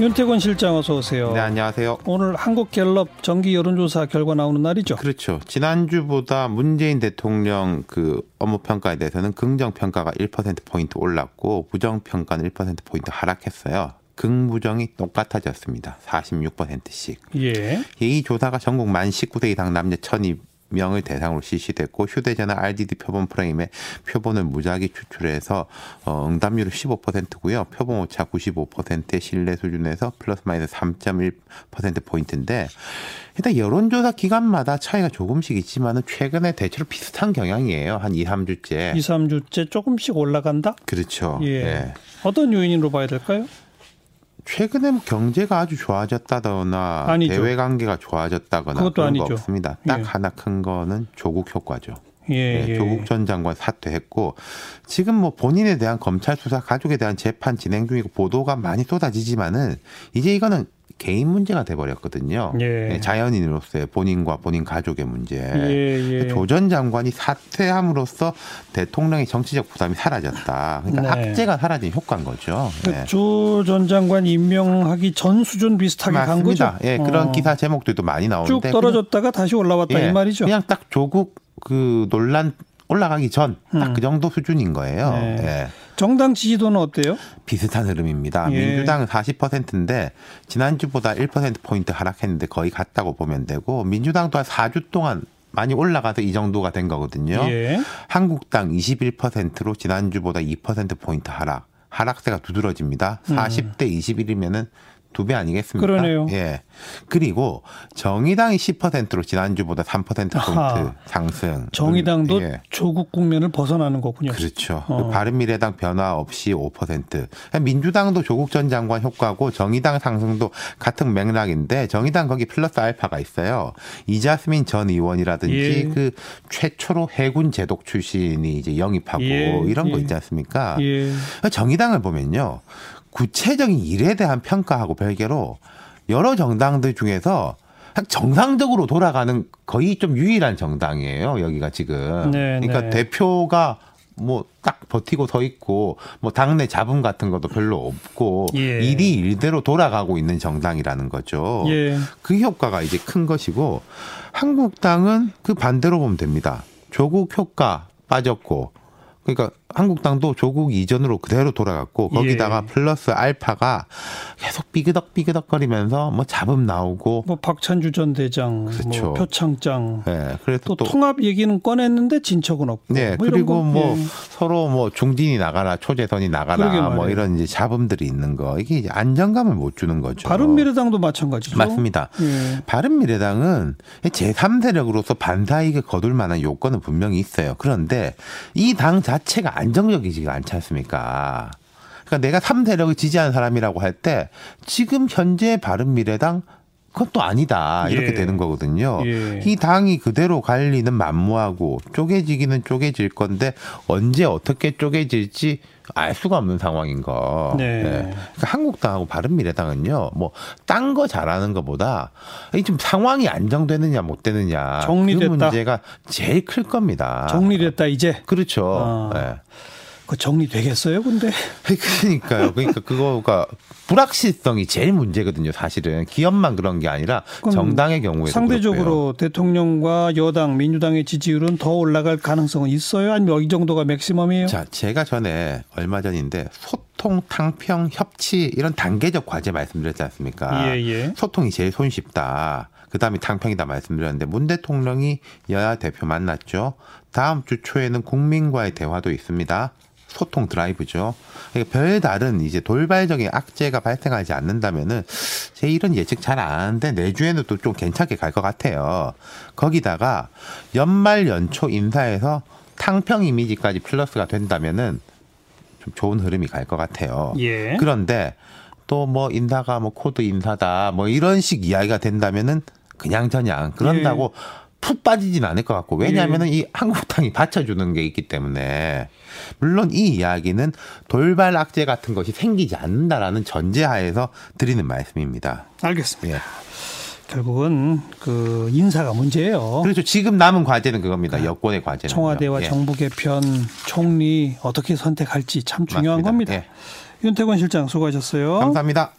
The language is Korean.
윤태권 실장 어서 오세요. 네, 안녕하세요. 오늘 한국갤럽 정기 여론조사 결과 나오는 날이죠. 그렇죠. 지난주보다 문재인 대통령 그 업무 평가에 대해서는 긍정 평가가 1% 포인트 올랐고 부정 평가는 1% 포인트 하락했어요. 긍부정이 똑같아졌습니다. 46%씩. 예. 이 조사가 전국 만 19세 이상 남녀 1,000명을 대상으로 실시됐고 휴대전화 RDD 표본 프레임에 표본을 무작위 추출해서 어, 응답률은 15%고요. 표본 오차 95%의 신뢰 수준에서 플러스 마이너스 3.1% 포인트인데 일단 여론조사 기간마다 차이가 조금씩 있지만은 최근에 대체로 비슷한 경향이에요. 한 2, 3주째. 2, 3주째 조금씩 올라간다? 그렇죠. 예. 어떤 요인으로 봐야 될까요? 최근에 뭐 경제가 아주 좋아졌다거나 아니죠. 대외 관계가 좋아졌다거나 그것도 그런 아니죠. 거 없습니다. 딱 예. 하나 큰 거는 조국 효과죠. 예, 예, 예. 조국 전 장관 사퇴했고 지금 뭐 본인에 대한 검찰 수사, 가족에 대한 재판 진행 중이고 보도가 많이 쏟아지지만은 이제 이거는 개인 문제가 돼 버렸거든요. 예. 자연인으로서의 본인과 본인 가족의 문제. 예, 예. 네. 조 전 장관이 사퇴함으로써 대통령의 정치적 부담이 사라졌다. 그러니까 네. 학제가 사라진 효과인 거죠. 예. 그 조전 장관 임명하기 전 수준 비슷하게 간 맞습니다. 거죠. 예, 그런 어. 기사 제목들도 많이 쭉 나오는데 떨어졌다가 다시 올라왔다 그냥, 예, 이 말이죠. 그냥 딱 조국 그 논란 올라가기 전 딱 음. 그 정도 수준인 거예요. 네. 예. 정당 지지도는 어때요? 비슷한 흐름입니다. 예. 민주당은 40%인데 지난주보다 1% 포인트 하락했는데 거의 같다고 보면 되고 민주당도 한 4주 동안 많이 올라가서 이 정도가 된 거거든요. 예. 한국당 21%로 지난주보다 2% 포인트 하락. 하락세가 두드러집니다. 40대 21이면은 두 배 아니겠습니까? 음. 그러네요. 예. 그리고 정의당이 10%로 지난주보다 3% 포인트 아하. 상승. 정의당도 예. 조국 국면을 벗어나는 거군요. 그렇죠. 어. 그 바른미래당 변화 없이 5%. 민주당도 조국 전 장관 효과고 정의당 상승도 같은 맥락인데 정의당 거기 플러스 알파가 있어요. 이자스민 전 의원이라든지 예. 그 최초로 해군 제독 출신이 이제 영입하고 예, 이런 거 예. 있지 않습니까? 예. 음. 정의당을 보면요. 구체적인 일에 대한 평가하고 별개로 여러 정당들 중에서 정상적으로 돌아가는 거의 좀 유일한 정당이에요. 여기가 지금. 네, 그러니까 네. 대표가 뭐 딱 버티고 서 있고 뭐 당내 자본 같은 것도 별로 없고 예. 일이 일대로 돌아가고 있는 정당이라는 거죠. 예. 그 효과가 이제 큰 것이고 한국당은 그 반대로 보면 됩니다. 조국 효과 빠졌고 그러니까 한국당도 조국 이전으로 그대로 돌아갔고 거기다가 예. 플러스 알파가 계속 삐그덕 삐그덕거리면서 뭐 잡음 나오고 뭐 박찬주 전 대장, 그렇죠. 뭐 표창장, 예 그래서 또, 또, 통합 얘기는 꺼냈는데 진척은 없고. 네, 뭐 이런 그리고 거. 뭐 예. 서로 뭐 중진이 나가라, 초재선이 그러게 나가라, 뭐 말이에요. 이런 이제 잡음들이 있는 거 이게 이제 안정감을 못 주는 거죠. 바른미래당도 마찬가지죠. 맞습니다. 예. 바른미래당은 제3세력으로서 반사이익을 거둘 만한 요건은 분명히 있어요. 그런데 이 당 자체가 안정적이지가 않지 않습니까? 그러니까 내가 3세력을 지지한 사람이라고 할 때 지금 현재 바른미래당 그건 또 아니다 이렇게 예. 되는 거거든요. 예. 이 당이 그대로 갈리는 만무하고 쪼개지기는 쪼개질 건데 언제 어떻게 쪼개질지 알 수가 없는 상황인 거. 네. 그러니까 한국당하고 바른미래당은요, 뭐 딴 거 잘하는 것보다 이 좀 상황이 안정되느냐 못 되느냐 정리됐다. 그 문제가 제일 클 겁니다. 정리됐다 이제. 그렇죠. 아. 예. 그 정리 되겠어요, 근데. 그러니까요. 그러니까 그거가 불확실성이 제일 문제거든요. 사실은 기업만 그런 게 아니라 그럼 정당의 경우에도 그렇고요. 상대적으로 대통령과 여당, 민주당의 지지율은 더 올라갈 가능성은 있어요? 아니면 이 정도가 맥시멈이에요? 자, 제가 전에 얼마 전인데 소통, 탕평, 협치 이런 단계적 과제 말씀드렸지 않습니까? 예, 예. 소통이 제일 손쉽다. 그다음에 탕평이다 말씀드렸는데 문 대통령이 여야 대표 만났죠. 다음 주 초에는 국민과의 대화도 있습니다. 소통 드라이브죠. 그러니까 별다른 이제 돌발적인 악재가 발생하지 않는다면은 제 이런 예측 잘 안 하는데 내주에는 또 좀 괜찮게 갈 것 같아요. 거기다가 연말 연초 인사에서 탕평 이미지까지 플러스가 된다면은 좀 좋은 흐름이 갈 것 같아요. 예. 그런데 또 뭐 인사가 뭐 코드 인사다 뭐 이런 식 이야기가 된다면은 그냥 저냥 그런다고 예. 푹 빠지진 않을 것 같고 왜냐하면은 이 한국당이 받쳐주는 게 있기 때문에 물론 이 이야기는 돌발 악재 같은 것이 생기지 않는다라는 전제하에서 드리는 말씀입니다. 알겠습니다. 예. 결국은 그 인사가 문제예요. 그렇죠. 지금 남은 과제는 그거입니다. 여권의 예. 과제는 아, 청와대와 정부 개편, 총리 어떻게 선택할지 참 중요한 겁니다. 윤태권 실장 수고하셨어요. 예. 감사합니다.